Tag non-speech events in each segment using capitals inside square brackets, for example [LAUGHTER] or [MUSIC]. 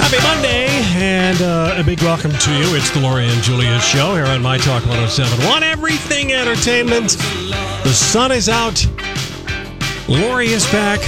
Happy Monday and uh, a big welcome to you. It's the Lori and Julia show here on My Talk 1071. Everything Entertainment. The sun is out. Lori is back.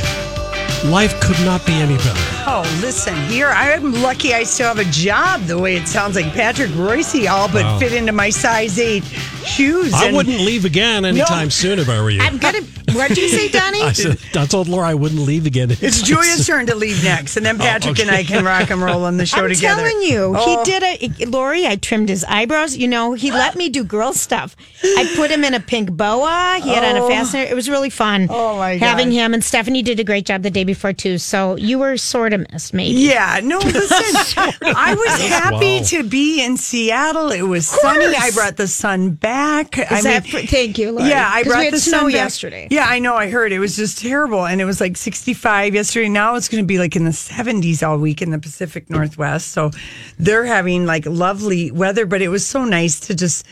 Life could not be any better. Oh, listen here. I'm lucky I still have a job the way it sounds like Patrick Royce all but Wow. fit into my size eight shoes. I and- wouldn't leave again anytime soon if I were you. I'm gonna. What did you say, [LAUGHS] Donnie? I, said, I told Laura I wouldn't leave again. [LAUGHS] It's Julia's turn to leave next, and then Oh, Patrick and I can rock and roll [LAUGHS] on the show I'm together. telling you, Oh. he did it. Lori, I trimmed his eyebrows. You know, he let me do girl stuff. I put him in a pink boa. He had on a fastener. It was really fun. Oh, my Having gosh. him and Stephanie did a great job the day before too. So you were sort of missed, maybe. Yeah, [LAUGHS] no, listen. I was happy Wow. to be in Seattle. It was sunny. I brought the sun back. I Is that fr- thank you, Lori. Yeah, I 'Cause we brought had the snow sun back. yesterday. Yeah, I know. I heard it was just terrible, and it was like 65 yesterday. Now it's going to be like in the 70s all week in the Pacific Northwest. So they're having like lovely weather, but it was so nice to just,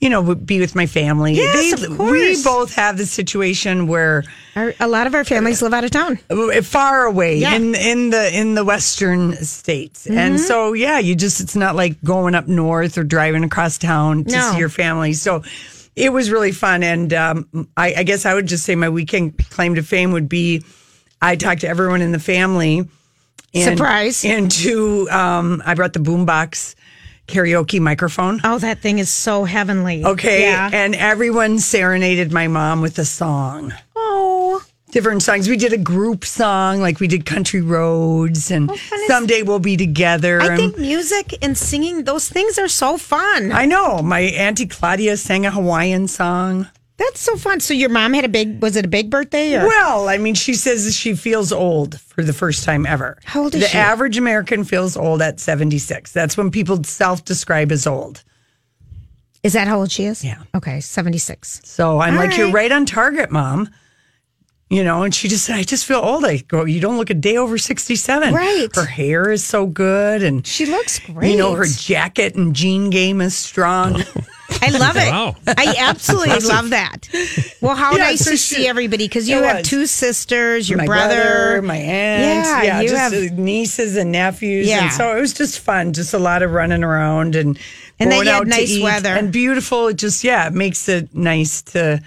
you know, be with my family. Yes, They- of We course. both have the situation where Our, a lot of our families live out of town. uh, far away Yeah. in Mm-hmm. in the in the western states and so yeah you just it's not like going up north or driving across town to No. see your family so it was really fun and um, I, I guess i would just say my weekend claim to fame would be i talked to everyone in the family and, Surprise. and two um, i brought the boombox karaoke microphone Oh, that thing is so heavenly. okay Yeah. and everyone serenaded my mom with a song oh, different songs. We did a group song, like we did Country Roads, and fun is- someday we'll be together. Um, I and- think music and singing; those things are so fun. I know. My auntie Claudia sang a Hawaiian song. That's so fun. So your mom had a big. Was it a big birthday? Or? Well, I mean, she says that she feels old for the first time ever. How old is the she? average American feels old at 76. That's when people self describe as old. Is that how old she is? Yeah. Okay, 76. So I'm All like, you're right. right on target, mom. You know, and she just said, I just feel old. I go, you don't look a day over 67. Right. Her hair is so good. And She looks great. You know, her jacket and jean game is strong. I love it. Wow. [LAUGHS] I absolutely love that. Well, how [LAUGHS] Yeah, nice so to she- see everybody because you It have was. two sisters, your my brother. my aunt. Yeah, you just have- uh, nieces and nephews. Yeah. And so it was just fun, just a lot of running around and And then going you had out nice to eat weather. and beautiful. It just yeah, it makes it nice to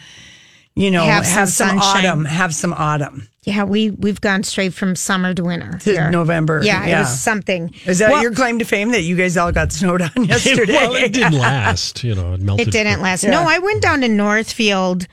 you know Have have, some some, sunshine. autumn, have some autumn Yeah, we we've gone straight from summer to winter to here. November. Yeah, it was something. Is that Well, your claim to fame that you guys all got snowed [LAUGHS] on [LAUGHS] yesterday? well, it didn't last. You know, it melted. It didn't last. No, I went down to Northfield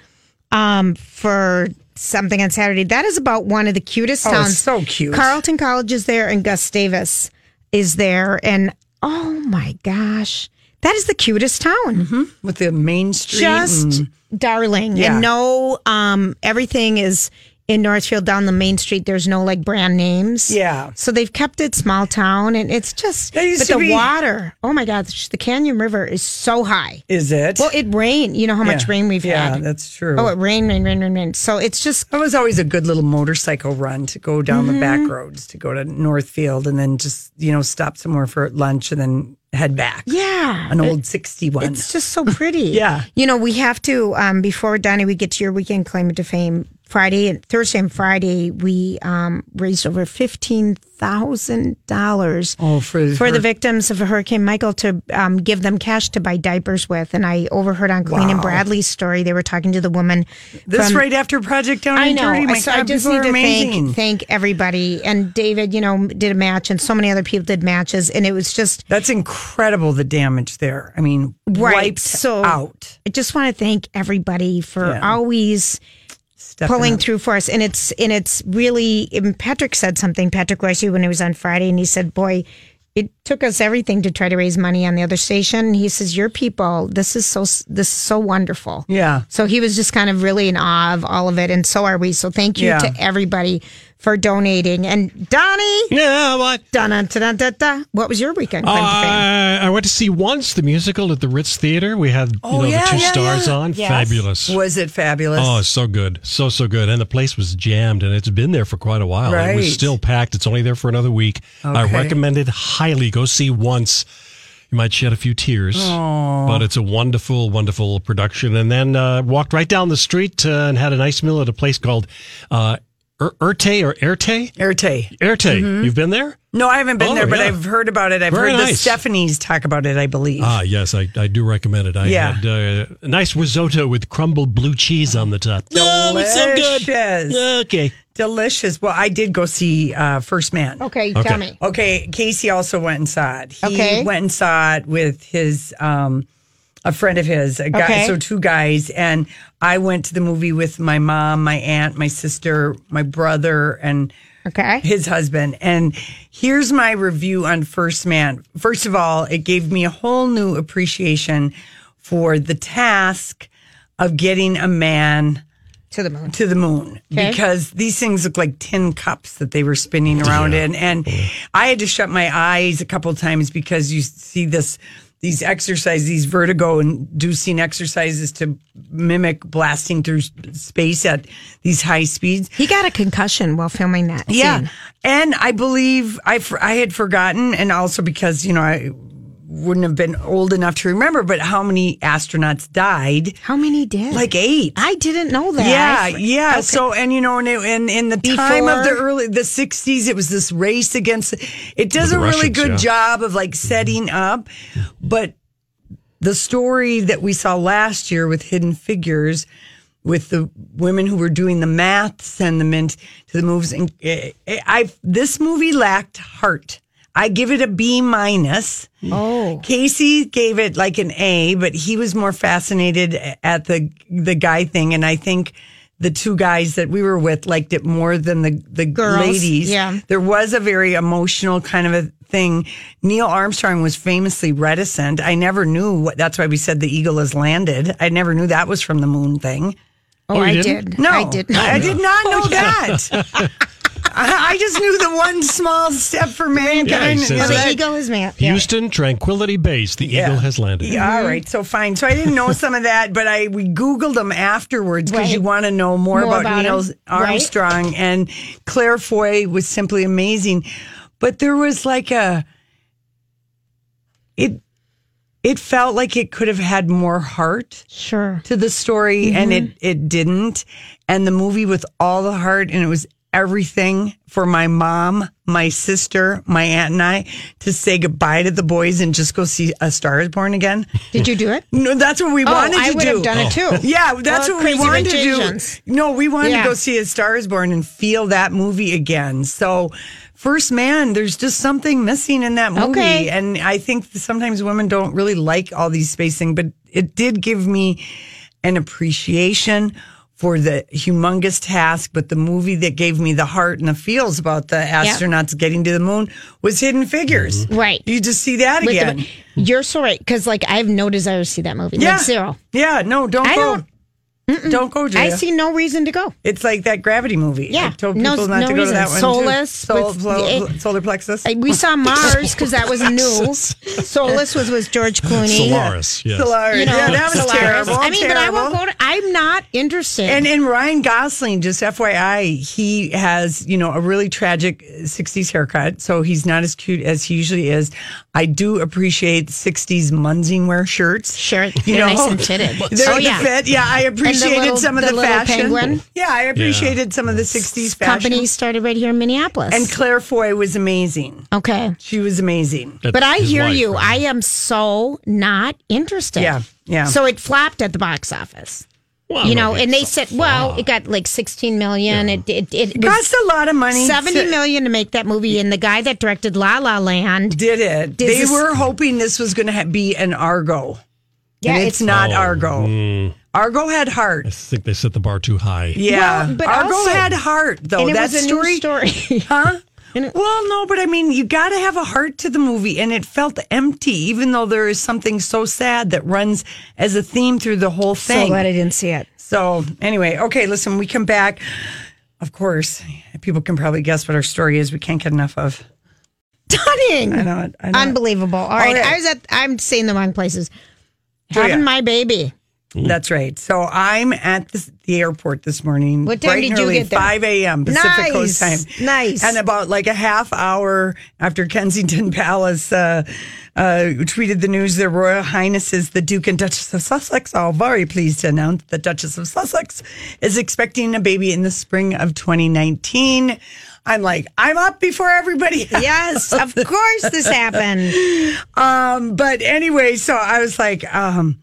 um, for something on Saturday. That is about one of the cutest Oh, it's towns. so cute. Carleton College is there, and Gustavus is there, and oh my gosh, that is the cutest town. [LAUGHS] Mm-hmm. With the main street. just and- darling Mm-hmm. Yeah. and no um everything is in northfield down the main street there's no like brand names Yeah. so they've kept it small town and it's just That used but to the be- water oh my god the canyon river is so high is it? well it rained you know how much Yeah. rain we've yeah, had that's true. oh it rained rain rain rain rain so it's just That was always a good little motorcycle run to go down the Mm-hmm. back roads to go to Northfield and then just, you know, stop somewhere for lunch and then head back. yeah An old 61. It's just so pretty. [LAUGHS] Yeah. You know, we have to, um, before Donnie, we get to your weekend claim to fame. Friday and Thursday and Friday, we um, raised over fifteen thousand dollars Oh, for for the her- victims of Hurricane Michael to um, give them cash to buy diapers with. And I overheard on Queen and Bradley's story, they were talking to the woman. This from- right after Project Down I and know. Dirty. My so God, I just people need are to amazing. thank thank everybody. And David, you know, did a match, and so many other people did matches, and it was just. That's incredible. The damage there. I mean, Right, wiped so- out. I just want to thank everybody for Yeah. always Stepping pulling up. through for us. And it's and it's really. And Patrick said something. Patrick Royce when he was on Friday, and he said, "Boy." It took us everything to try to raise money on the other station. He says, "Your people, this is so this is so wonderful." Yeah. So he was just kind of really in awe of all of it, and so are we. So thank you Yeah. to everybody for donating. And Donnie, Yeah, what? dun, dun, dun, dun, dun. what was your weekend claim to fame? Uh, I went to see once the musical at the Ritz Theater. We had you Oh, know, yeah, the two yeah, stars yeah. on. Yes. Fabulous. Was it fabulous? Oh, it's so good. So, so good. And the place was jammed, and it's been there for quite a while. It Right. was still packed. It's only there for another week. I Okay. recommend it highly. Go see once. You might shed a few tears, but it's a wonderful, wonderful production. And then uh, walked right down the street uh, and had a nice meal at a place called uh, Er- Erte or Erte? Erte. Erte. Mm-hmm. You've been there? No, I haven't been Oh, there, but yeah. I've heard about it. I've Very heard the nice. Stephanies talk about it, I believe. Ah, yes, I, I do recommend it. I Yeah. had uh, a nice risotto with crumbled blue cheese on the top. Oh, it's so Delicious. good. Okay. Delicious. Well, I did go see uh, First Man. Okay, Okay. tell me. Okay, Casey also went and saw it. He Okay. went and saw it with his um a friend of his, a guy Okay. so two guys and I went to the movie with my mom, my aunt, my sister, my brother and Okay. his husband. And here's my review on First Man. First of all, it gave me a whole new appreciation for the task of getting a man to the moon. to the moon Okay. because these things look like tin cups that they were spinning around in and i had to shut my eyes a couple times because you see this these exercises these vertigo inducing exercises to mimic blasting through s- space at these high speeds He got a concussion while filming that. yeah scene. and i believe i for, i had forgotten and also because you know i wouldn't have been old enough to remember but how many astronauts died How many did? like eight I didn't know that. yeah, I- yeah. So and you know, and it, in in the time of the early the '60s, it was this race against. It does the a really Russians, good yeah. job of like setting up, but the story that we saw last year with Hidden Figures, with the women who were doing the math sentiment to the moves, and eh, eh, I this movie lacked heart. I give it a B minus. Oh. Casey gave it like an A, but he was more fascinated at the the guy thing, and I think the two guys that we were with liked it more than the the Girls, ladies. yeah. there was a very emotional kind of a thing. Neil Armstrong was famously reticent. I never knew what. That's why we said the eagle has landed. I never knew that was from the moon thing. Oh, you I didn't? did. No, Oh, I did. I did not know that. I, I just knew the one small step for mankind. says and [LAUGHS] Well, that. the eagle is man. yeah. Houston Tranquility Base. The Yeah. Eagle has landed. Yeah, all right, so fine. So I didn't know some of that, but I we Googled them afterwards because Right. you want to know more, More about, about Neil 'em, right. Armstrong and Claire Foy was simply amazing. But there was like a it it felt like it could have had more heart Sure. to the story and Mm-hmm. it it didn't. And the movie with all the heart and it was everything for my mom, my sister, my aunt and I to say goodbye to the boys and just go see A Star is Born again. Did you do [LAUGHS] it? No, that's what we Oh, wanted I to would do. have done it [LAUGHS] too. [LAUGHS] Yeah, that's Well, what we Crazy wanted Rich to do. Asians. No, we wanted Yeah. to go see A Star is Born and feel that movie again. So, First Man, there's just something missing in that movie. Okay. And I think sometimes women don't really like all these space things, but it did give me an appreciation for the humongous task. But the movie that gave me the heart and the feels about the astronauts getting to the moon was Hidden Figures. Mm-hmm. Right. You just see that With again. the- you're so right because like I have no desire to see that movie. Like zero. Yeah, no, don't I go. Don't, go, Julia. I see no reason to go. It's like that gravity movie. Yeah. I told No- people not no to go reason. to that one. Solus too. Sol- with- flo- eh. flo- solar plexus. Like, [LAUGHS] we saw Mars because that was new. Solus was was George Clooney. Solaris. Yes. Solaris. You know, yeah, that was Solaris. terrible. I mean, but I won't go to. I'm not interested. And and Ryan Gosling, just FYI, he has you know a really tragic '60s haircut, so he's not as cute as he usually is. I do appreciate '60s Munsingwear shirts. Sure, you they're know, nice and fitted. [LAUGHS] They're Oh, the yeah. fit. Yeah, I appreciate appreciated little- some of the the, little fashion. penguin. Yeah, I appreciated some of the '60s fashion. Company started right here in Minneapolis. And Claire Foy was amazing. okay. She was amazing. That's But I his hear wife, you. right? I am so not interested. Yeah, yeah. So it flopped at the box office. Well, I you don't know, think and they so. said, well, it got like 16 million. It, it, it, was Cost a lot of money. 70 to- million to make that movie. And the guy that directed La La Land. Did it? Did they this- were hoping this was going to ha- be an Argo. Yeah, hmm. and it's, not Oh, Argo. Argo had I heart. think they set the bar too high. Yeah, Well, but Argo also- had heart though. and it Oh, that was a story, [LAUGHS] new story. huh? And it- well, no, but I mean, you got to have a heart to the movie, and it felt empty, even though there is something so sad that runs as a theme through the whole so thing. glad I didn't see it. So anyway, okay, listen, we come back. Of course, people can probably guess what our story is. We can't get enough of. Stunning. I know it. I know it. Unbelievable. All right. Okay. I was at, I'm saying the wrong places. Julia. Having my baby. That's right. So I'm at this, the airport this morning. What time bright and did you early, get there? 5 a.m. Pacific Nice. Coast time. Nice. And about like a half hour after Kensington [LAUGHS] Palace uh, uh, tweeted the news, their Royal Highnesses, the Duke and Duchess of Sussex, are very pleased to announce the Duchess of Sussex is expecting a baby in the spring of 2019. I'm like, I'm up before everybody. else. Yes, of course this happened. Um, but anyway, so I was like, um,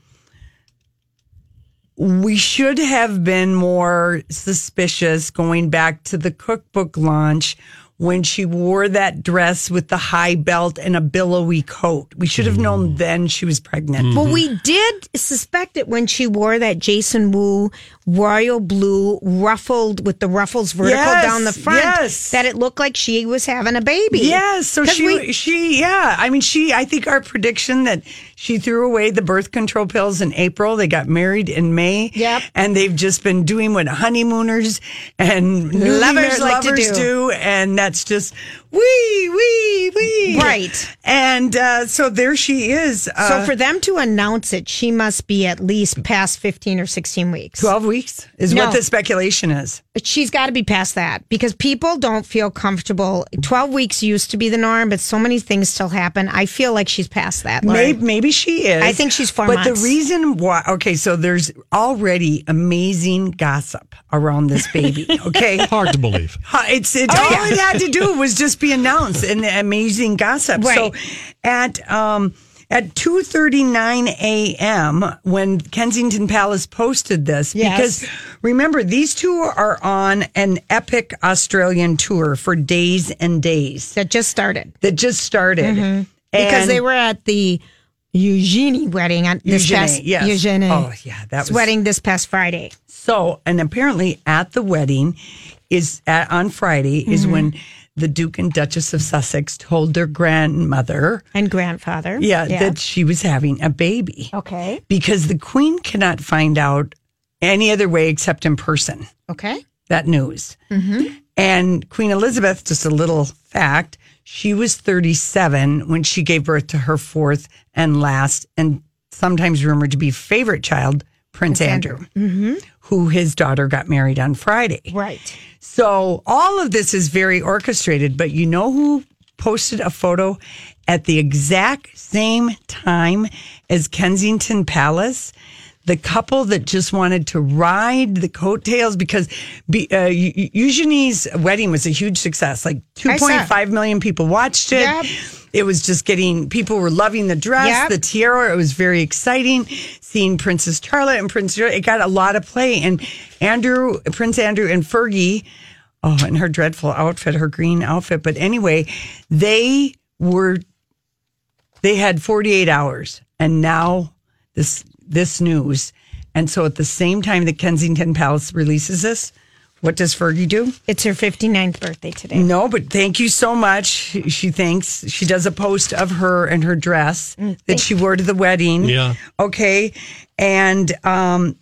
we should have been more suspicious going back to the cookbook launch when she wore that dress with the high belt and a billowy coat. We should have known then she was pregnant. Well, we did suspect it when she wore that Jason Wu royal blue ruffled with the ruffles vertical Yes, down the front yes. that it looked like she was having a baby. Yes, so 'Cause she we- she yeah, I mean she I think our prediction that she threw away the birth control pills in April, they got married in May. Yep. And they've just been doing what honeymooners and newly Lovers married like to lovers do. and that's just wee wee wee. Right. And uh, so there she is. Uh, so for them to announce it, she must be at least past 15 or 16 weeks. 12 weeks is No. what the speculation is. But she's got to be past that because people don't feel comfortable. 12 weeks used to be the norm, but so many things still happen. I feel like she's past that. Lauren. Maybe, maybe she is. I think she's four But months. the reason why, okay, so there's already amazing gossip around this [LAUGHS] baby, okay? Hard to believe. Huh, It's, Oh, it's all it had to [LAUGHS] do was just be announced in the amazing gossip. So Right. at um at two thirty nine a.m. when Kensington Palace posted this, Yes. because remember these two are on an epic Australian tour for days and days That just started. that just started Mm-hmm. because And- they were at the Eugenie wedding on this Eugenie, past yes. Eugenie. Oh, yeah, that was- wedding this past Friday. So, and apparently at the wedding is at, on Friday is when the Duke and Duchess of Sussex told their grandmother, And grandfather. yeah, that she was having a baby okay. because the Queen cannot find out any other way except in person Okay. that news. Mm-hmm. And Queen Elizabeth, just a little fact, she was 37 when she gave birth to her fourth and last, and sometimes rumored to be favorite child, Prince, Andrew, Mm-hmm. who his daughter got married on Friday. Right. So all of this is very orchestrated, but you know who posted a photo at the exact same time as Kensington Palace? The couple that just wanted to ride the coattails because be, uh, Eu- Eu- Eugenie's wedding was a huge success. Like I saw it. 2.5 million people watched it. Yep. It was just getting, people were loving the dress, Yep. the tiara. It was very exciting seeing Princess Charlotte and Prince. George, It got a lot of play. And Andrew, Prince Andrew and Fergie, oh, and her dreadful outfit, her green outfit. But anyway, they were, they had 48 hours. And now this, this news. And so at the same time that Kensington Palace releases this, what does Fergie do? It's her 59th birthday today. No, but thank you so much. She thinks she does a post of her and her dress that she wore to the wedding. Mm, Yeah. Okay. And um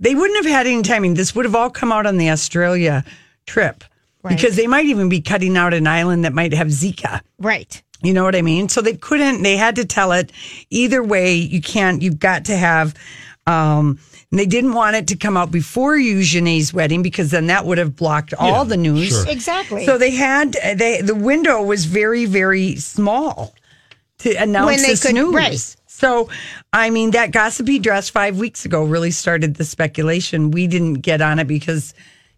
they wouldn't have had any timing. This would have all come out on the Australia trip. Right. Because they might even be cutting out an island that might have Zika. Right. You know what I mean? So they couldn't, they had to tell it. Either way, you can't, you've got to have, um, and they didn't want it to come out before Eugenie's wedding because then that would have blocked all the news. sure. Exactly. So they had, they, the window was very, very small to announce When they this could- news. right. So, I mean, that gossipy dress five weeks ago really started the speculation. We didn't get on it because,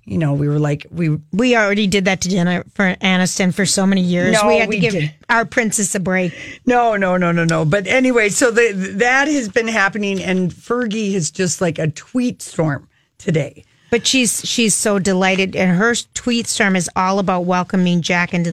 you know, we were like, we We already did that to Jennifer Aniston for so many years. No, we had we to give didn't. our princess a break. No, no, no, no, no. But anyway, so the, that has been happening, and Fergie is just like a tweet storm today. But she's she's so delighted, and her tweet storm is all about welcoming Jack into.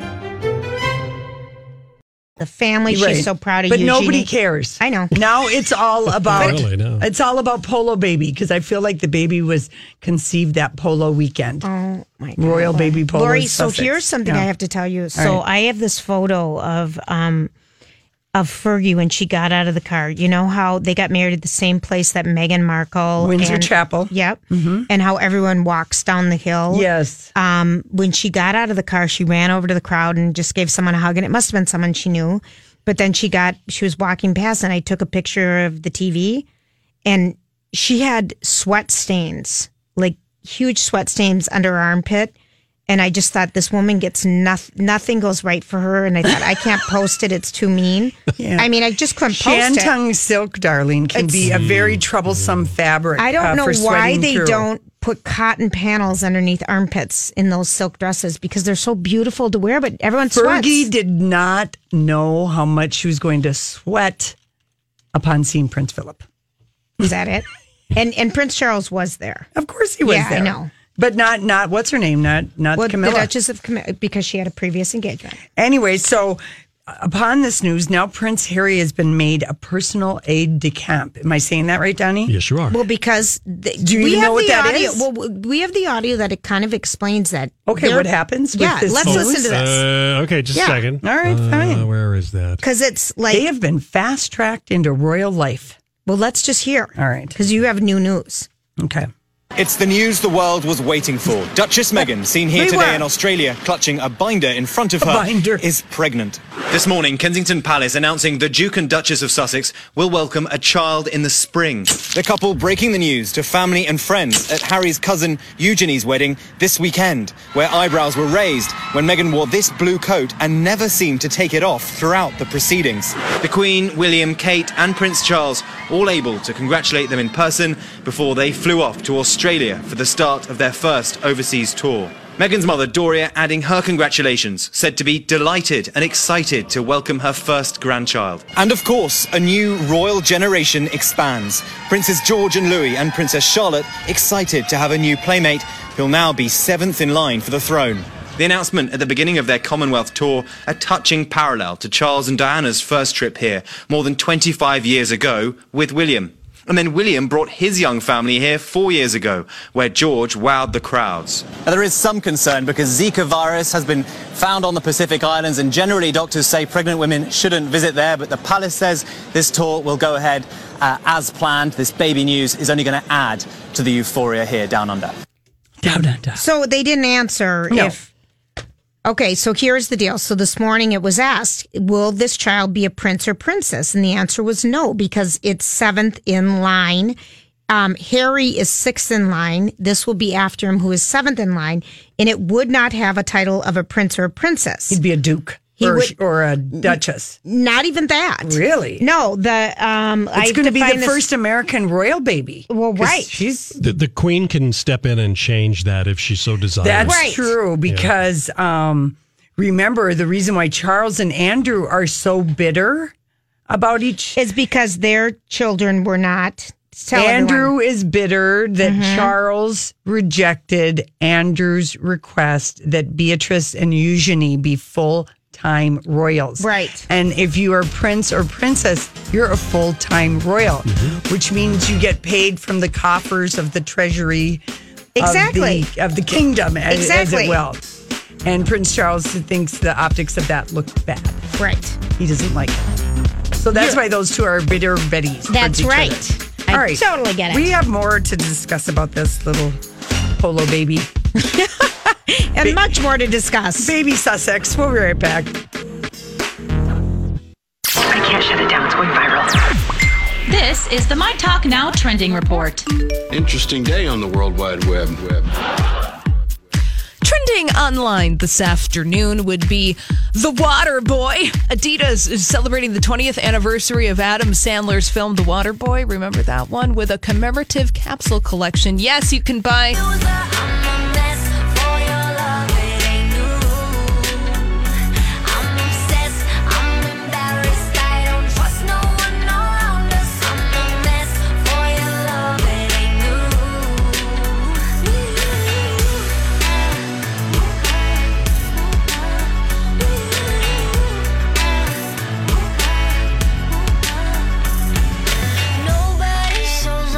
the family. Right. She's so proud of but you. nobody Jeannie. cares. I know. Now it's [LAUGHS] all about really, no. it's all about Polo Baby because I feel like the baby was conceived that Polo weekend. Oh my God. Royal baby polo. Lori, in so Sussex. here's something Yeah. I have to tell you. So I have this photo of um of Fergie when she got out of the car. You know how they got married at the same place that Meghan Markle Windsor and- Chapel. Mm-hmm. Yep. And how everyone walks down the hill. Yes. Um, when she got out of the car, she ran over to the crowd and just gave someone a hug, and it must have been someone she knew. But then she got she was walking past, and I took a picture of the TV, and she had sweat stains, like huge sweat stains under her armpit. And I just thought this woman gets nothing. Nothing goes right for her, and I thought I can't post it. It's too mean. I mean, I just couldn't post it. Shantung silk, darling, can be a very troublesome fabric. I uh, don't know for why sweating they through. don't put cotton panels underneath armpits in those silk dresses because they're so beautiful to wear, but everyone Fergie sweats. did not know how much she was going to sweat upon seeing Prince Philip. Is that it? And and Prince Charles was there. Of course he was Yeah, I there. know. But not not what's her name? Not not Well, Camilla. the Duchess of Camilla because she had a previous engagement. Anyway, so uh, upon this news, now Prince Harry has been made a personal aide de camp. Am I saying that right, Donnie? Yes, you are. Well, because the, Do you we know have what the that audio. is? Well, we have the audio that it kind of explains that. Okay, They're- what happens with yeah, this let's news? listen to this Oh, Uh, okay, just a Yeah. second. All right, Uh, fine. Where is that? because it's They like. have been fast tracked into royal life. well, let's just hear. All right. because you have new news. Okay. It's the news the world was waiting for. Duchess Meghan, seen here We today were. in Australia, clutching a binder in front of her, binder. is pregnant. This morning, Kensington Palace announcing the Duke and Duchess of Sussex will welcome a child in the spring. The couple breaking the news to family and friends at Harry's cousin Eugenie's wedding this weekend, where eyebrows were raised when Meghan wore this blue coat and never seemed to take it off throughout the proceedings. The Queen, William, Kate, and Prince Charles all able to congratulate them in person before they flew off to Australia for the start of their first overseas tour. Meghan's mother, Doria, adding her congratulations, said to be delighted and excited to welcome her first grandchild. And of course, a new royal generation expands. Princes George and Louis and Princess Charlotte excited to have a new playmate who'll now be seventh in line for the throne. The announcement at the beginning of their Commonwealth tour, a touching parallel to Charles and Diana's first trip here more than 25 years ago with William. And then William brought his young family here four years ago, where George wowed the crowds. Now, there is some concern because Zika virus has been found on the Pacific Islands, and generally doctors say pregnant women shouldn't visit there. But the palace says this tour will go ahead uh, as planned. This baby news is only going to add to the euphoria here down under. Down, down, down. So they didn't answer No. if. Okay, so here's the deal. So this morning it was asked, will this child be a prince or princess? And the answer was no, because it's seventh in line. Um, Harry is sixth in line. This will be after him, who is seventh in line, and it would not have a title of a prince or a princess. He'd be a duke He or, would- or a duchess. Not even that. Really? No. The um, It's I going to be the define this- first American royal baby. Well, 'Cause right. She's The, the queen can step in and change that if she so desires. That's Right. true because um, remember the reason why Charles and Andrew are so bitter about each. Is because their children were not. Tell Andrew everyone. Mm-hmm. is bitter that Charles rejected Andrew's request that Beatrice and Eugenie be full time royals. Right. And if you are prince or princess, you're a full time royal, Mm-hmm. which means you get paid from the coffers of the treasury Exactly. of the, of the kingdom, as, as Exactly. it will. And Prince Charles thinks the optics of that look bad. Right. He doesn't like it. So that's why those two are bitter betties. towards That's each other. right. I totally get it. We have more to discuss about this little polo baby. And much more to discuss. Baby Sussex. We'll be right back. I can't shut it down. It's going viral. This is the My Talk Now trending report. Interesting day on the World Wide Web. Web. Trending online this afternoon would be The Water Boy. Adidas is celebrating the 20th anniversary of Adam Sandler's film The Water Boy. Remember that one with a commemorative capsule collection. Yes, you can buy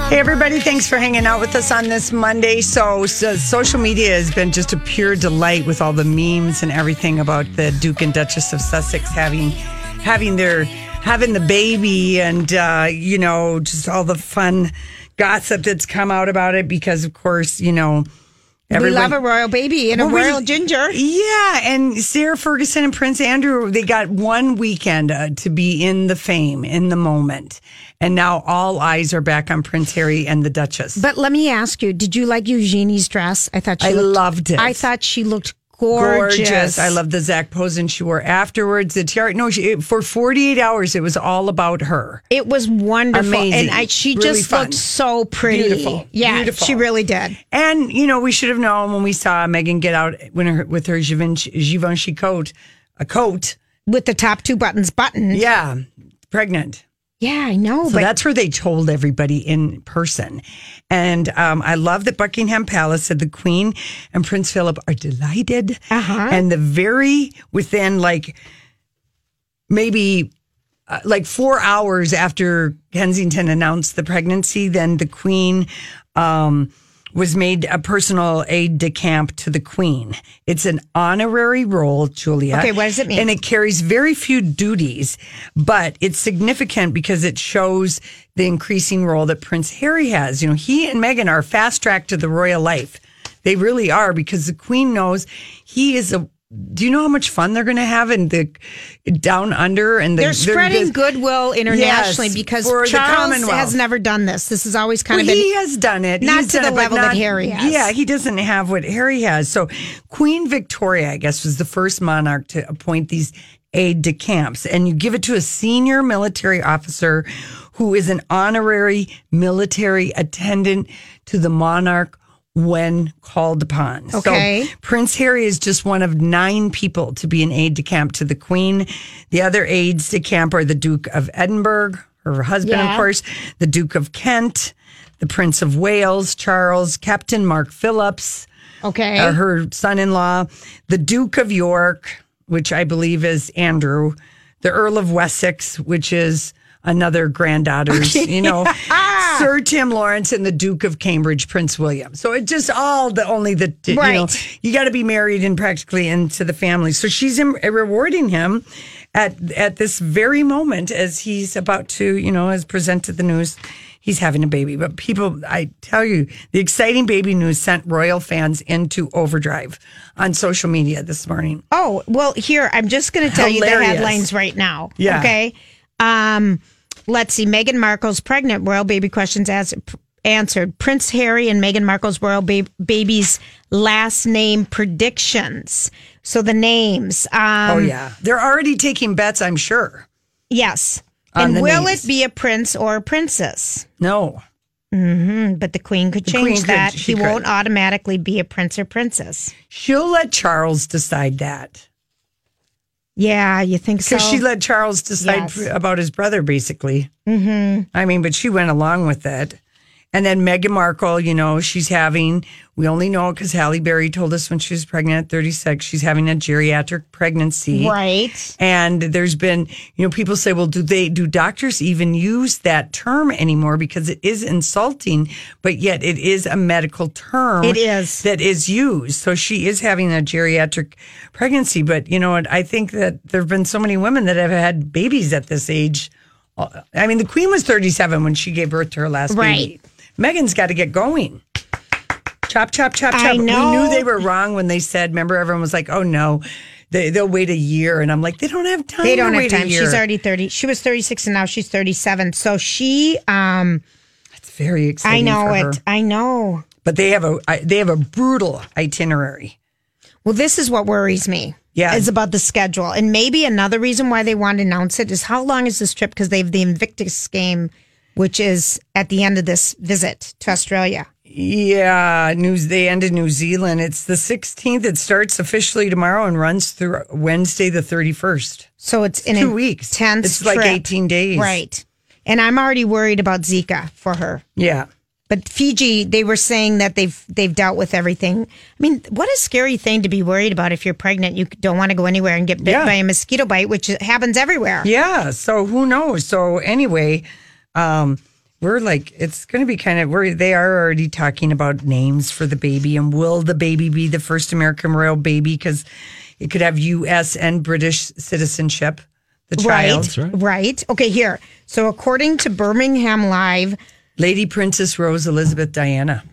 Hey, everybody. Thanks for hanging out with us on this Monday. So, so social media has been just a pure delight with all the memes and everything about the Duke and Duchess of Sussex having having their having the baby and uh, you know just all the fun gossip that's come out about it because of course you know we love a royal baby and Well, a we- royal ginger. Yeah, and Sarah Ferguson and Prince Andrew, they got one weekend uh, to be in the fame, in the moment. And now all eyes are back on Prince Harry and the Duchess. But let me ask you: Did you like Eugenie's dress? I thought she I looked, loved it. I thought she looked gorgeous. I love the Zach Posen she wore afterwards. The tiara. No, she, for 48 hours, it was all about her. It was wonderful, Amazing. and I, she Really just fun. looked so pretty. Beautiful. Yeah, Beautiful. she really did. And, you know, we should have known when we saw Megan get out when her, with her Givenchy, Givenchy coat, a coat. With the top two buttons button. Yeah, pregnant. Yeah, I know. So but that's where they told everybody in person. And um, I love that Buckingham Palace said the Queen and Prince Philip are delighted. Uh-huh. And the very within like maybe uh, like four hours after Kensington announced the pregnancy, then the Queen um, was made a personal aide de camp to the Queen. It's an honorary role, Julia. Okay, what does it mean? And it carries very few duties, but it's significant because it shows the increasing role that Prince Harry has. You know, he and Meghan are fast tracked to the royal life. They really are because the Queen knows he is a. Do you know how much fun they're going to have in the down under and the, they're spreading this- goodwill internationally Yes, because for the Charles Commonwealth. has never done this. This has always kind Well, of been. he has done it, not He's to done the it, but level that Harry has. Yeah, he doesn't have what Harry has. So Queen Victoria, I guess, was the first monarch to appoint these aide de camps, and you give it to a senior military officer who is an honorary military attendant to the monarch when called upon. Okay. So Prince Harry is just one of nine people to be an aide de camp to the Queen. The other aides de camp are the Duke of Edinburgh, her husband, of Yeah. course, the Duke of Kent, the Prince of Wales, Charles, Captain Mark Phillips, okay. uh, her son in law, the Duke of York, which I believe is Andrew, the Earl of Wessex, which is another granddaughter's, you know, Sir Tim Lawrence and the Duke of Cambridge, Prince William. So it just all the only the, you know, Right. you got to be married and practically into the family. So she's em- rewarding him at at this very moment as he's about to, you know, as presented the news. He's having a baby, but people, I tell you, the exciting baby news sent royal fans into overdrive on social media this morning. Oh, well, here, I'm just going to tell you the Hilarious. headlines right now. Yeah. Okay. Um, let's see. Meghan Markle's pregnant. Royal baby questions as, answered. Prince Harry and Meghan Markle's royal ba- baby's last name predictions. So the names. Um, oh yeah, they're already taking bets. I'm sure. Yes. On and Uh, the will names. it be a prince or a princess? No, Mm-hmm. But the queen could change queen could- that. she he could. won't automatically be a prince or princess. she'll let Charles decide that. Yeah, you think so? Because she let Charles decide Yes. about his brother, basically. Mhm. I mean, but she went along with it. And then Meghan Markle, you know, she's having, we only know because Halle Berry told us when she was pregnant at 36, she's having a geriatric pregnancy. Right. And there's been, you know, people say, well, do they, do doctors even use that term anymore? Because it is insulting, but yet it is a medical term. It is. That is used. So she is having a geriatric pregnancy. But you know what? I think that there have been so many women that have had babies at this age. Uh, I mean, the queen was 37 when she gave birth to her last baby. Right. Megan's got to get going. Chop, chop, chop, chop. I know. We knew they were wrong when they said, remember, everyone was like, oh no, they, they'll wait a year. And I'm like, they don't have time. They to don't have wait a time. year. She's already 30. She was 36 and now she's 37. So she um It's very I exciting. know for it. her. I know. But they have a I- they have a brutal itinerary. Well, this is what worries me. Yeah. Is about the schedule. And maybe another reason why they want to announce it is how long is this trip because they have the Invictus game which is at the end of this visit to Australia. Yeah, news. They end in New Zealand. It's the 16th. It starts officially tomorrow and runs through Wednesday the 31st. So it's in two weeks. Tense. It's like 18 days. Right. And I'm already worried about Zika for her. Yeah. But Fiji, they were saying that they've they've dealt with everything. I mean, what a scary thing to be worried about if you're pregnant. You don't want to go anywhere and get bit Yeah. by a mosquito bite, which happens everywhere. Yeah. So who knows? So anyway, um, we're like, it's going to be kind of, we're, they are already talking about names for the baby and will the baby be the first American royal baby? Because it could have U.S. and British citizenship, the child. Right, right. Okay, here. So according to Birmingham Live, Lady Princess Rose Elizabeth Diana.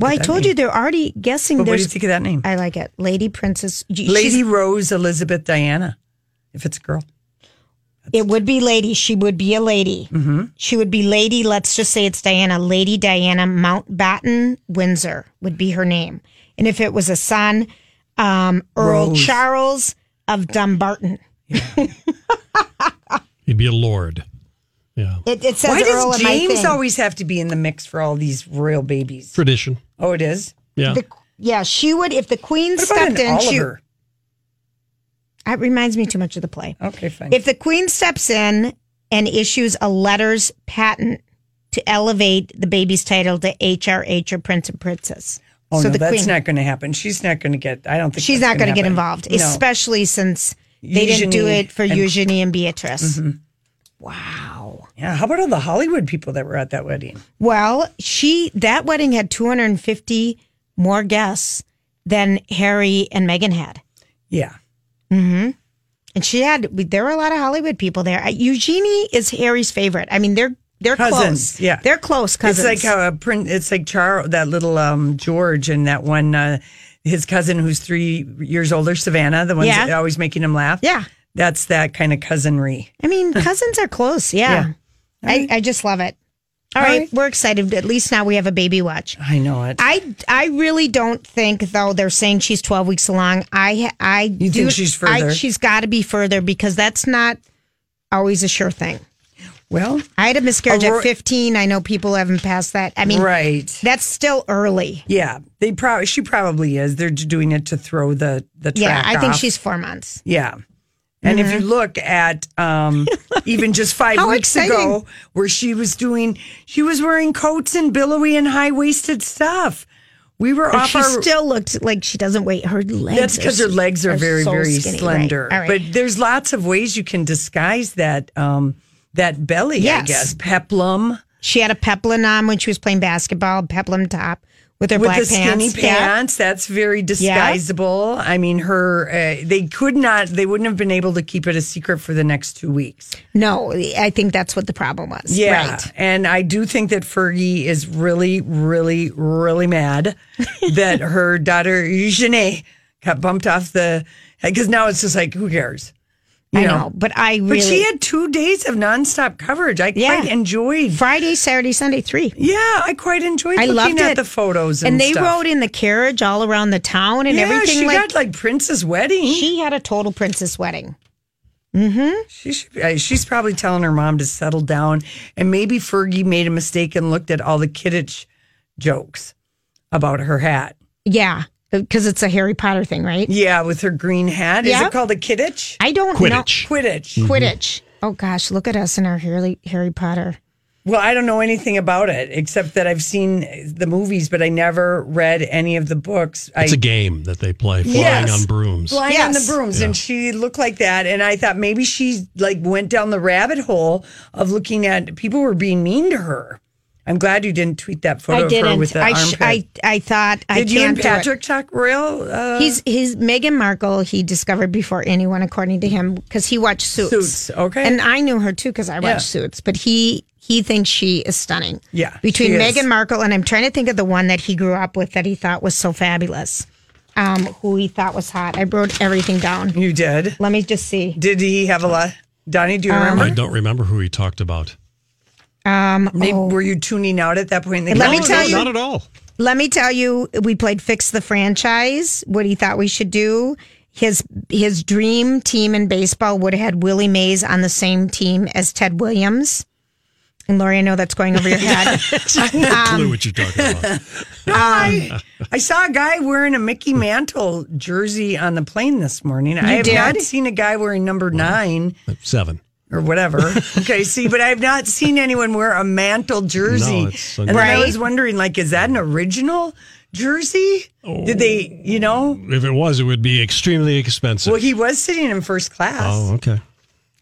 well, I that told name? you they're already guessing. But what do you there's- think of that name? I like it, Lady Princess. She's- Lady Rose Elizabeth Diana, if it's a girl. It would be Lady. She would be a lady. Mm-hmm. She would be Lady. Let's just say it's Diana. Lady Diana Mountbatten Windsor would be her name. And if it was a son, um, Earl Rose. Charles of Dumbarton. He'd be a lord. Yeah. It, it says Why Earl does in my James thing. always have to be in the mix for all these royal babies? Tradition. Oh, it is? Yeah. The- yeah, she would. If the Queen What about stepped an in, she. Oliver? That reminds me too much of the play. Okay, fine. If the Queen steps in and issues a letters patent to elevate the baby's title to HRH or Prince and Princess. Oh so no, the that's Queen, not going to happen. She's not going to get. I don't think she's that's not going to get happen. involved, No. especially since they didn't do Eugenie it for and- Mm-hmm. Eugenie and Beatrice. yeah. How about all the Hollywood people that were at that wedding? Well, she that wedding had 250 more guests than Harry and Meghan had. Yeah, And she had there were a lot of Hollywood people there. Uh, Eugenie is Harry's favorite. I mean, they're they're Cousins, close. yeah. They're close cousins. it's like how a print. It's like Charles, that little um, George, and that one, uh, his cousin who's three years older, Savannah, the one Yeah. that always making him laugh. Yeah. that's that kind of cousinry. I mean, cousins are close. Yeah. I, I just love it. All All right. right. We're excited. At least now we have a baby watch. I know it. I, I really don't think though they're saying she's 12 weeks along. I I You think she's further? I, she's got to be further because that's not always a sure thing. well, I had a miscarriage A ro- at 15. I know people haven't passed that. I mean, right. that's still early. Yeah, they probably. She probably is. They're j- doing it to throw the the. Track Yeah, I think off. she's 4 months. Yeah. And if you look at [LAUGHS] um, even just five Mm-hmm. How weeks ago, exciting. where she was doing, she was wearing coats and billowy and high waisted stuff. We were But off she our. still looked like she doesn't wait. Her legs. that's are because her s- legs are very, so very skinny, right. slender. All right. But there's lots of ways you can disguise that um, that belly. I Yes. guess peplum She had a peplum on when she was playing basketball, peplum top with her with black the skinny pants. Yeah. pants. That's very disguisable. I mean, her uh, they could not, they wouldn't have been able to keep it a secret for the next two weeks. No, I think that's what the problem was. Yeah. Right. And I do think that Fergie is really, really, really [LAUGHS] mad that her daughter Eugenie got bumped off the because now it's just like, who cares? You I know, but I really But she had two days of nonstop coverage. I Yeah. quite enjoyed. Friday, Saturday, Sunday, three. Yeah, I quite enjoyed I looking loved at it. the photos and, And, they stuff. rode in the carriage all around the town and yeah, everything. She like got like Prince's wedding. She, she had a total princess wedding. should, uh, she's probably telling her mom to settle down, and maybe Fergie made a mistake and looked at all the kiddish jokes about her hat. Yeah, because it's a Harry Potter thing, right? Yeah, with her green hat. Is Yeah. it called a Kidditch? I don't know. Quidditch. Quidditch. Mhm. Quidditch. Oh gosh, look at us in our Harry Harry Potter. Well, I don't know anything about it except that I've seen the movies, but I never read any of the books. It's I, a game that they play, flying Yes. on brooms. Flying on Yes. the brooms, and she looked like that. And I thought maybe she like went down the rabbit hole of looking at people were being mean to her. I'm glad you didn't tweet that photo I of her with didn't. the I, arm sh- I I thought I Did you and can't do it. Patrick talk real? Uh, He's he's Meghan Markle. He discovered before anyone, according to him, because he watched Suits. Suits, okay. and I knew her too because I watched Yeah. Suits. But he he thinks she is stunning. Yeah, between she is. Meghan Markle and I'm trying to think of the one that he grew up with that he thought was so fabulous, um, who he thought was hot. I wrote everything down. you did. Let me just see. Did he have a lot? Donnie, do you I remember? don't remember who he talked about. Um, Maybe, oh. were you tuning out at that point? In the And let game? me No, tell no, you- not at all. Let me tell you, we played Fix the Franchise, what he thought we should do. His his dream team in baseball would have had Willie Mays on the same team as Ted Williams. And Lori, I know that's going over [LAUGHS] your head. Um, No clue what you're talking about. [LAUGHS] I, I saw a guy wearing a Mickey Mantle jersey on the plane this morning. I have did? not seen a guy wearing number nine Seven. [LAUGHS] or whatever. Okay, see, but I have not seen anyone wear a mantle jersey. No, it's and then I Right. was wondering, like, is that an original jersey? Did they, you know? If it was, it would be extremely expensive. Well, he was sitting in first class. oh, okay.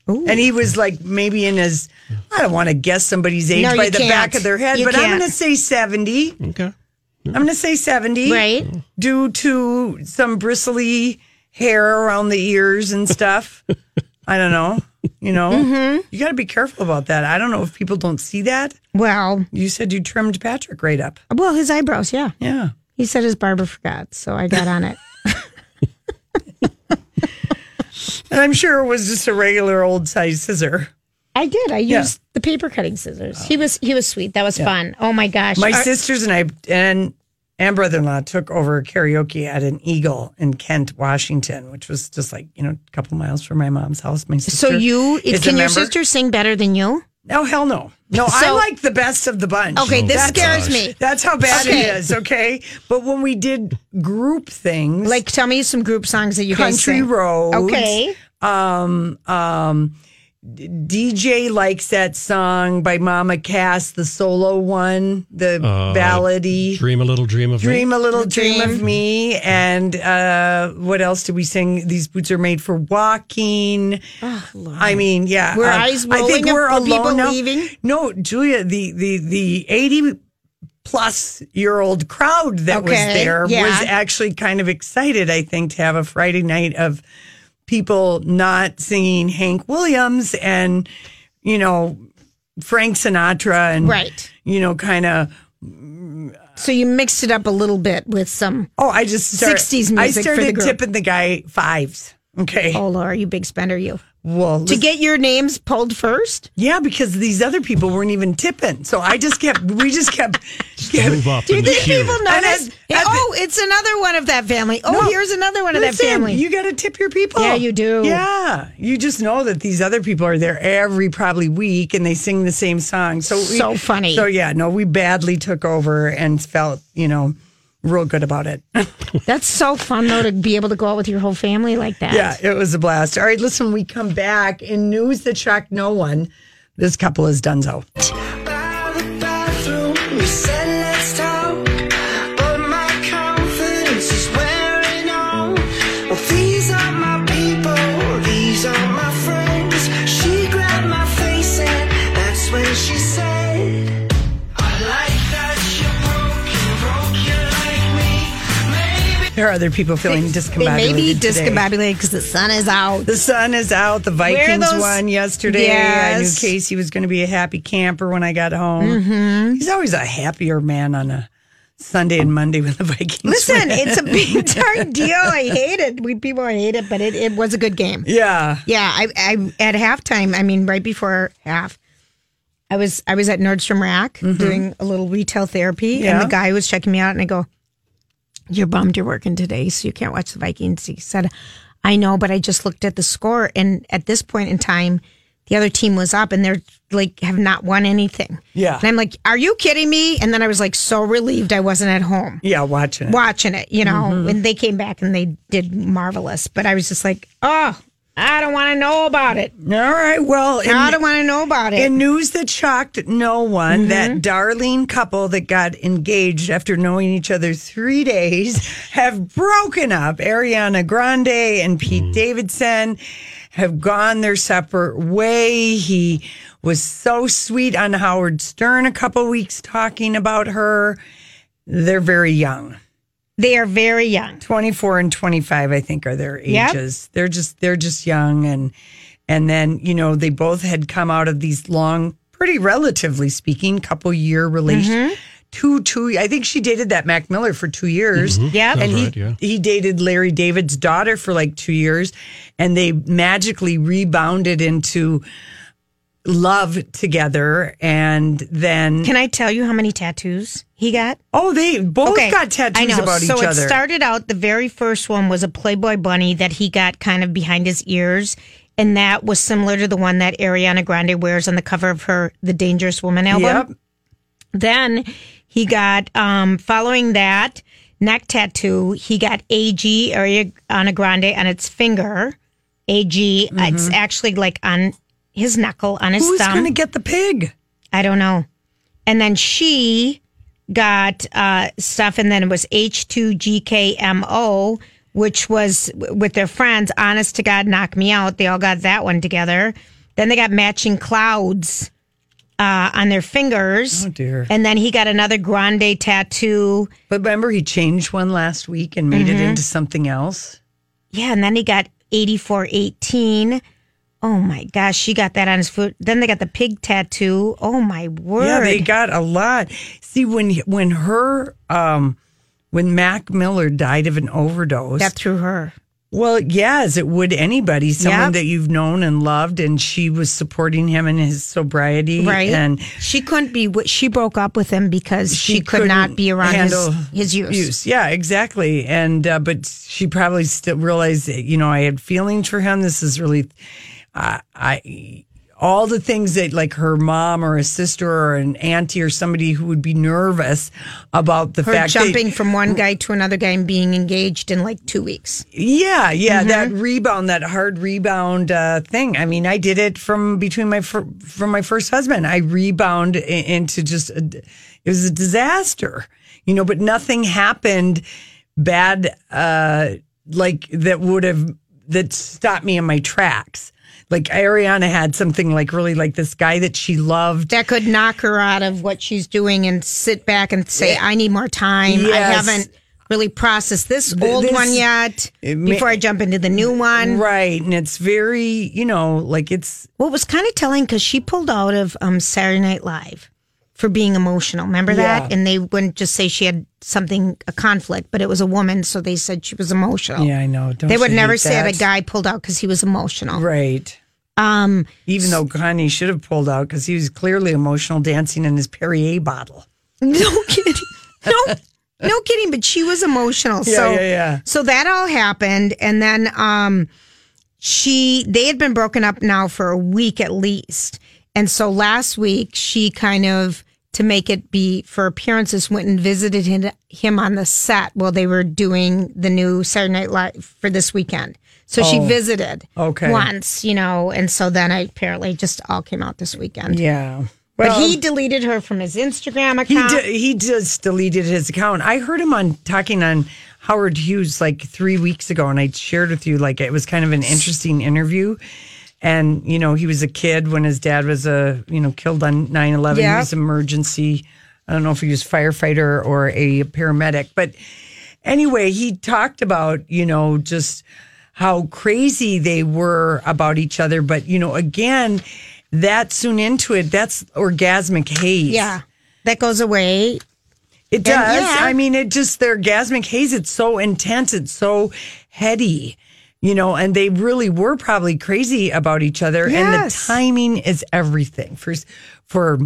Oh. And he was like maybe in his, I don't want to guess somebody's age No, you by the back can't. of their head, You but I'm can't. going to say 70. Okay. I'm going to say 70. right? due to some bristly hair around the ears and stuff. I don't know. You know, Mm-hmm. you got to be careful about that. I don't know if people don't see that. Well, You said you trimmed Patrick right up. well, his eyebrows, yeah. Yeah. He said his barber forgot, so I got on it. And I'm sure it was just a regular old size scissor. I did. [LAUGHS] I Yeah. used the paper cutting scissors. He was he was sweet. That was fun. Oh my gosh. My Our- sisters and I and and brother in law took over karaoke at an Eagle in Kent, Washington, which was just like you know a couple miles from my mom's house. My sister. so you is a can your member. sister sing better than you? No, Oh, hell no. No, I So- like the best of the bunch. Okay, this That's- scares me. That's how bad Okay. it is, okay? But when we did group things Like, tell me some group songs that you guys Country sing. Roads, Okay. um, um, DJ likes that song by Mama Cass, the solo one, the Uh, ballady. Dream, Dream a little dream of me. a little dream. of me, and uh, what else did we sing? These boots are made for walking. I mean, yeah, Oh, Were um, eyes rolling up- were people leaving? No, Julia, the the the eighty plus year old crowd that was Okay, there yeah. was actually kind of excited. I think to have a Friday night of people not singing Hank Williams and you know Frank Sinatra and Right. you know kind of. So you mixed it up a little bit with some. Oh, I just started, 60s I music for the started group. tipping the guy fives. Okay. Oh, Laura, you big spender, you. well, To listen- get your names pulled first? yeah, because these other people weren't even tipping, so I just kept. we just kept. kept- Move up Do you in the think queue. people And notice? at- at the- oh, it's another one of that family. Oh, No. here's another one of that Listen, family. You got to tip your people. Yeah, you do. Yeah, you just know that these other people are there every probably week, and they sing the same song. So we- So funny. So yeah, no, we badly took over and felt you know real good about it. That's so fun, though, to be able to go out with your whole family like that. Yeah, it was a blast. All right, listen, we come back in news that shocked no one. This couple is Dunzo. She said, I like that you broke, you broke, you like me. Maybe There are other people feeling They discombobulated. may be today. discombobulated because the sun is out. The sun is out. The Vikings those- won yesterday. I knew Yes. Casey was going to be a happy camper when I got home. Mm-hmm. He's always a happier man on a Sunday and Monday when the Vikings. Listen, win. it's a big darn deal. I hate it. We people hate it, but it, it was a good game. yeah. Yeah, I, I at halftime. I mean, right before half, I was I was at Nordstrom Rack doing a little retail therapy, and Mm-hmm. Yeah. the guy was checking me out, and I go, "You're bummed you're working today, so you can't watch the Vikings." He said, "I know, but I just looked at the score, and at this point in time, the other team was up and they're like have not won anything. Yeah. And I'm like, are you kidding me? And then I was like so relieved I wasn't at home Yeah, watching it. watching it, you know. Mhm. And they came back and they did marvelous. But I was just like, oh, I don't want to know about it. All right. Well, I don't want to know about it. In news that shocked no one, that darling couple that got engaged after knowing each other three days have broken up. Ariana Grande and Pete Davidson have gone their separate way. He was so sweet on Howard Stern a couple weeks talking about her. They're very young. They are very young. 24 and 25 I think are their Yep. ages. They're just they're just young and and then, you know, they both had come out of these long pretty relatively speaking couple year relation Mm-hmm. two two I think she dated that Mac Miller for 2 years. Mhm. Yep. And Sounds he right, yeah. he dated Larry David's daughter for like 2 years and they magically rebounded into love together and then Can I tell you how many tattoos he got? Oh, they both got tattoos I know. about so each it other. started out the very first one was a Playboy bunny that he got kind of behind his ears, and that was similar to the one that Ariana Grande wears on the cover of her The Dangerous Woman album. Yep. Then he got um following that neck tattoo, he got AG Ariana Grande on its finger. AG, it's actually like on his knuckle on his Who's thumb. going to get the pig? I don't know. And then she got uh, stuff, and then it was H2GKMO, which was w- with their friends, Honest to God, Knock Me Out. They all got that one together. Then they got matching clouds uh, on their fingers. Oh, dear. And then he got another grande tattoo. But remember, he changed one last week and made it into something else. Yeah, and then he got 8418. Oh my gosh, she got that on his foot. Then they got the pig tattoo. Oh my word. Yeah, they got a lot. See, when when her um when Mac Miller died of an overdose, that through her. well, yeah, as it would anybody, someone Yep. that you've known and loved, and she was supporting him in his sobriety, right And she couldn't be wi- she broke up with him because she, could couldn't not be around handle his, his use. use. Yeah, exactly. And uh, but she probably still realized that you know I had feelings for him. This is really, uh, I all the things that like her mom or a sister or an auntie or somebody who would be nervous about the her fact that- jumping from one guy to another guy and being engaged in like two weeks yeah, yeah, that Mm-hmm. rebound, that hard rebound uh, thing. I mean, I did it from between my fir- from my first husband. I rebound i- into just a, it was a disaster, you know. But nothing happened bad, uh, like that would have that stopped me in my tracks. Like Ariana had something like really like this guy that she loved. that could knock her out of what she's doing and sit back and say i need more time i Yes. haven't really processed this Th- old this- one yet It may- before i jump into the new one Right, and it's very, you know, like it's what was kind of telling because she pulled out of um, Saturday Night Live for being emotional. Remember that? Yeah. And they wouldn't just say she had something a conflict, but it was a woman, so they said she was emotional. Yeah, I know. Don't they would you never hate say that that? a guy pulled out because he was emotional. right. Um, Even though Kanye should have pulled out because he was clearly emotional dancing in his Perrier bottle. [LAUGHS] no kidding, no, no kidding. But she was emotional. Yeah, so yeah, yeah. So that all happened, and then um, she they had been broken up now for a week at least, and so last week she kind of to make it be for appearances went and visited him, him on the set while they were doing the new Saturday Night Live for this weekend. So she Oh, visited okay. once, you know, and so then I apparently just all came out this weekend. Yeah. but he deleted her from his Instagram account. he d- he just deleted his account. I heard him on talking on Howard Hughes like three weeks ago, and I shared with you like it was kind of an interesting interview. And you know, he was a kid when his dad was a you know killed on 9-11. He Yeah. was emergency. I don't know if he was firefighter or a paramedic, but anyway, he talked about you know just how crazy they were about each other. But you know, again, that soon into it, that's orgasmic haze. Yeah. That goes away. It does. yeah. I mean, it just their orgasmic haze. It's so intense. It's so heady, you know. And they really were probably crazy about each other. And the Yes. timing is everything for for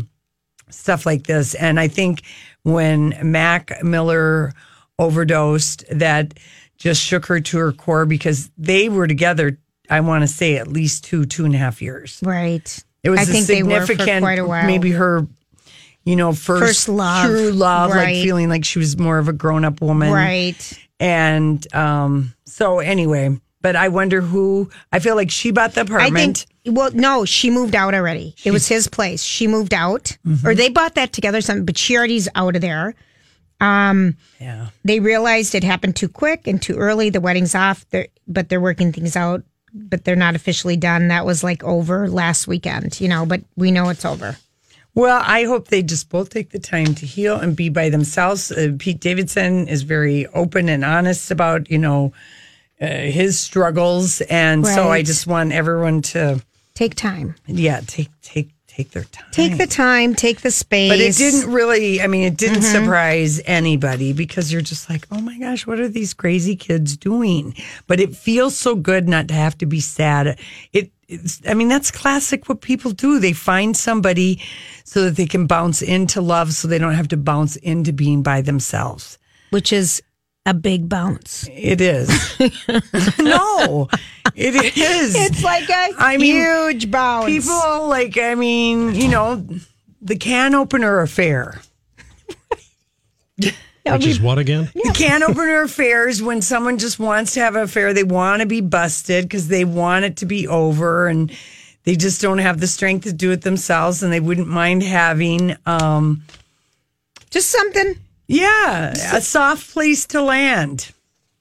stuff like this. And I think when Mac Miller overdosed, that just shook her to her core because they were together I want to say at least two, two and a half years. Right. It was I a think they were for significant, quite a while. maybe her, you know, first, First love. true love, Right. like feeling like she was more of a grown up woman. Right. And um, so anyway, but I wonder who, I feel like she bought the apartment. I think. Well, no, she moved out already. it was his place. She moved out, Mm-hmm. or they bought that together. Something, but she already's out of there. Um, yeah. They realized it happened too quick and too early. The wedding's off, they're, but they're working things out. But they're not officially done. That was like over last weekend, you know. But we know it's over. Well, I hope they just both take the time to heal and be by themselves. Uh, Pete Davidson is very open and honest about, you know, uh, his struggles, and so I Right. just want everyone to, Take time. yeah, take take take their time. Take the time. Take the space. But it didn't really, I mean, it didn't Mhm. surprise anybody because you're just like, oh my gosh, what are these crazy kids doing? But it feels so good not to have to be sad. It, it's, I mean, that's classic what people do. They find somebody so that they can bounce into love so they don't have to bounce into being by themselves. Which is a big bounce. It is. no, it is. It's like a I mean, huge bounce. People, like, I mean, you know, the can opener affair. Which is what again? The can [LAUGHS] opener affairs when someone just wants to have an affair, they want to be busted because they want it to be over and they just don't have the strength to do it themselves and they wouldn't mind having um just something. Yeah. A soft place to land.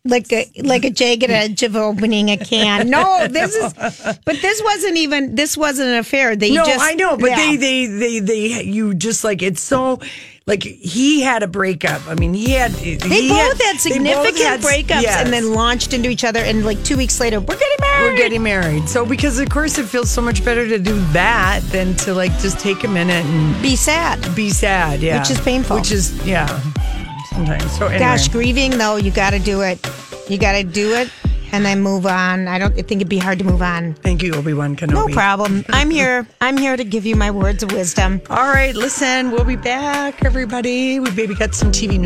like a like a jagged edge of opening a can. No, this is but this wasn't even this wasn't an affair. They no, just I know, but yeah. they, they, they, they, you just like it's so like he had a breakup. I mean, he had they They both had significant breakups and then launched into each other and like two weeks later, we're getting married. We're getting married. So because of course it feels so much better to do that than to like just take a minute and be sad. Be sad, yeah. Which is painful. Which is yeah. Sometimes. So anyway. Gosh, grieving though, you gotta do it. You gotta do it and then move on. I don't I think it'd be hard to move on. Thank you, Obi Wan Kenobi. No problem. I'm here. I'm here to give you my words of wisdom. All right, listen, we'll be back, everybody. We maybe got some TV news.